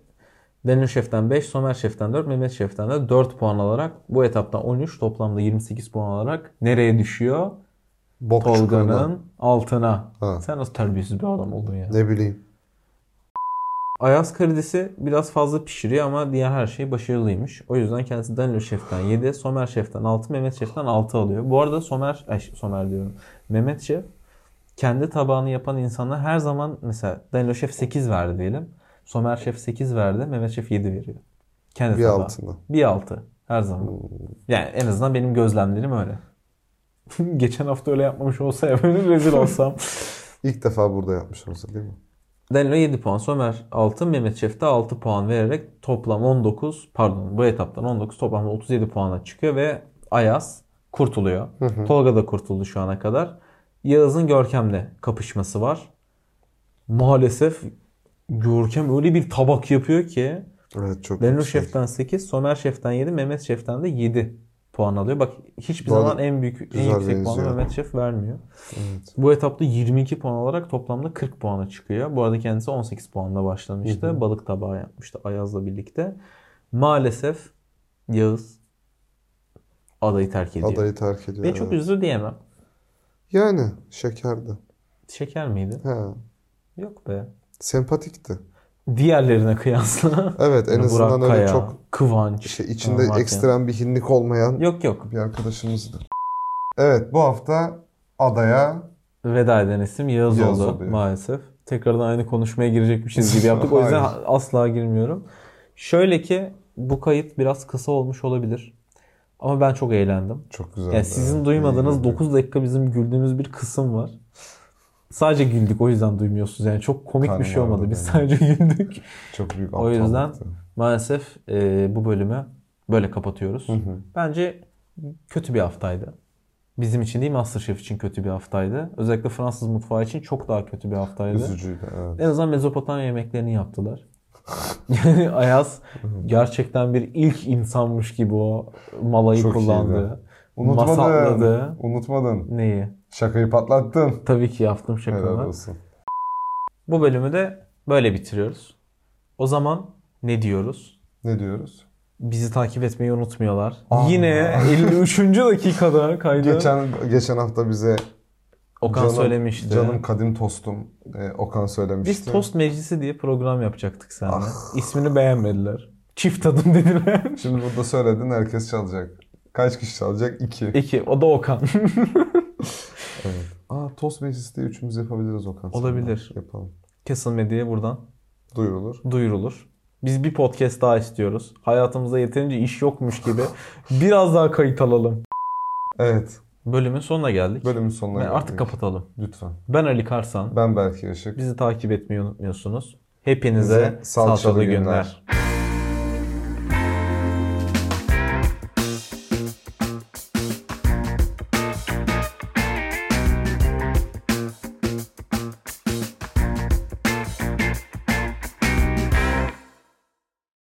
[SPEAKER 2] Daniel Şef'ten 5, Somer Şef'ten 4, Mehmet Şef'ten de 4 puan alarak bu etaptan 13 toplamda 28 puan alarak nereye düşüyor?
[SPEAKER 3] Bok çukuruna.
[SPEAKER 2] Tolga'nın altına.
[SPEAKER 3] Ha.
[SPEAKER 2] Sen nasıl terbiyesiz bir adam oldun ya?
[SPEAKER 3] Ne bileyim.
[SPEAKER 2] Ayaz karidesi biraz fazla pişiriyor ama diğer her şey başarılıymış. O yüzden kendisi Danilo Şef'ten 7, Somer Şef'ten 6, Mehmet Şef'ten 6 alıyor. Bu arada Somer, ay, Somer diyorum. Mehmet Şef kendi tabağını yapan insana her zaman mesela Danilo Şef 8 verdi diyelim. Somer Şef 8 verdi. Mehmet Şef 7 veriyor. Kendi
[SPEAKER 3] Bir
[SPEAKER 2] tabağı.
[SPEAKER 3] altına.
[SPEAKER 2] 1.6 her zaman. Yani en azından benim gözlemlerim öyle. Geçen hafta öyle yapmamış olsa ya böyle rezil olsam.
[SPEAKER 3] İlk defa burada yapmış olsa değil mi?
[SPEAKER 2] Danilo 7 puan, Somer 6, Mehmet Şef de 6 puan vererek toplam 19, pardon bu etaptan 19 toplamda 37 puana çıkıyor ve Ayaz kurtuluyor. Tolga da kurtuldu şu ana kadar. Yağız'ın Görkem'le kapışması var. Maalesef Görkem öyle bir tabak yapıyor ki
[SPEAKER 3] Evet çok
[SPEAKER 2] Danilo
[SPEAKER 3] yüksek.
[SPEAKER 2] Şef'ten 8, Somer Şef'ten 7, Mehmet Şef'ten de 7 puan alıyor. Bak hiçbir
[SPEAKER 3] Bu arada
[SPEAKER 2] zaman en büyük, en
[SPEAKER 3] güzel
[SPEAKER 2] yüksek puanı
[SPEAKER 3] benziyor.
[SPEAKER 2] Mehmet Şef vermiyor.
[SPEAKER 3] Evet.
[SPEAKER 2] Bu etapta 22 puan alarak toplamda 40 puana çıkıyor. Bu arada kendisi 18 puanla başlamıştı. Balık tabağı yapmıştı Ayaz'la birlikte. Maalesef Yağız adayı terk ediyor.
[SPEAKER 3] Adayı terk ediyor.
[SPEAKER 2] Ve çok
[SPEAKER 3] evet.
[SPEAKER 2] üzdü diyemem.
[SPEAKER 3] Yani şekerdi.
[SPEAKER 2] Şeker miydi?
[SPEAKER 3] He.
[SPEAKER 2] Yok be.
[SPEAKER 3] Sempatikti.
[SPEAKER 2] Diğerlerine kıyasla.
[SPEAKER 3] Evet en
[SPEAKER 2] Yani
[SPEAKER 3] azından
[SPEAKER 2] Burak
[SPEAKER 3] öyle
[SPEAKER 2] Kaya,
[SPEAKER 3] çok
[SPEAKER 2] Kıvanç.
[SPEAKER 3] şey, içinde
[SPEAKER 2] falan varken.
[SPEAKER 3] ekstrem bir hinlik olmayan
[SPEAKER 2] Yok yok.
[SPEAKER 3] bir arkadaşımızdı. Evet bu hafta adaya
[SPEAKER 2] Veda eden isim Yağız,
[SPEAKER 3] Yağız
[SPEAKER 2] oldu
[SPEAKER 3] oldu, evet.
[SPEAKER 2] maalesef. Tekrardan aynı konuşmaya girecekmişiz gibi yaptık. O yüzden
[SPEAKER 3] Hayır.
[SPEAKER 2] asla girmiyorum. Şöyle ki bu kayıt biraz kısa olmuş olabilir. Ama ben çok eğlendim.
[SPEAKER 3] çok güzel.
[SPEAKER 2] Yani sizin duymadığınız 9 dakika bizim güldüğümüz bir kısım var. Sadece güldük o yüzden duymuyorsunuz. Yani çok komik
[SPEAKER 3] Karnım
[SPEAKER 2] bir şey olmadı.
[SPEAKER 3] ağrıdı
[SPEAKER 2] Biz
[SPEAKER 3] benim.
[SPEAKER 2] sadece güldük.
[SPEAKER 3] Çok büyük
[SPEAKER 2] O yüzden-
[SPEAKER 3] aptallıktı.
[SPEAKER 2] Maalesef e, bu bölümü böyle kapatıyoruz. Bence kötü bir haftaydı. Bizim için değil Masterchef için kötü bir haftaydı. Özellikle Fransız mutfağı için çok daha kötü bir haftaydı.
[SPEAKER 3] üzücüydü. Evet.
[SPEAKER 2] En azından Mezopotamya yemeklerini yaptılar. Yani Ayaz gerçekten bir ilk insanmış gibi o malayı
[SPEAKER 3] Çok iyiydi.
[SPEAKER 2] kullandı. Masalladı.
[SPEAKER 3] Unutmadın. Unutmadın.
[SPEAKER 2] Neyi?
[SPEAKER 3] Şakayı patlattın.
[SPEAKER 2] Tabii ki yaptım
[SPEAKER 3] Helal
[SPEAKER 2] şakamı.
[SPEAKER 3] olsun.
[SPEAKER 2] Bu bölümü de böyle bitiriyoruz. O zaman ne diyoruz?
[SPEAKER 3] Ne diyoruz?
[SPEAKER 2] Bizi takip etmeyi unutmuyorlar.
[SPEAKER 3] Aa.
[SPEAKER 2] Yine 53. dakikada kaydı.
[SPEAKER 3] Ah Geçen geçen hafta bize
[SPEAKER 2] Okan
[SPEAKER 3] canım,
[SPEAKER 2] söylemişti.
[SPEAKER 3] Canım kadim tostum e, Okan söylemişti.
[SPEAKER 2] Biz Tost Meclisi diye program yapacaktık seninle.
[SPEAKER 3] Ah.
[SPEAKER 2] İsmini beğenmediler. Çift tadım dediler.
[SPEAKER 3] Şimdi burada söyledin herkes çalacak. Kaç kişi çalacak? İki.
[SPEAKER 2] İki. O da Okan.
[SPEAKER 3] Aa tost meclisi de üçümüz yapabiliriz Okan. seninle.
[SPEAKER 2] Olabilir.
[SPEAKER 3] Yapalım.
[SPEAKER 2] Kesin diye buradan
[SPEAKER 3] Duyurulur.
[SPEAKER 2] duyurulur. Biz bir podcast daha istiyoruz. Hayatımıza yeterince iş yokmuş gibi biraz daha kayıt alalım.
[SPEAKER 3] Evet.
[SPEAKER 2] Bölümün sonuna geldik.
[SPEAKER 3] Bölümün sonuna
[SPEAKER 2] Yani
[SPEAKER 3] geldik.
[SPEAKER 2] artık kapatalım.
[SPEAKER 3] Lütfen.
[SPEAKER 2] Ben Ali Karsan.
[SPEAKER 3] Ben Berke Işık.
[SPEAKER 2] Bizi takip etmeyi unutmuyorsunuz. Hepinize
[SPEAKER 3] Bize salçalı
[SPEAKER 2] salçalı
[SPEAKER 3] günler.
[SPEAKER 2] günler.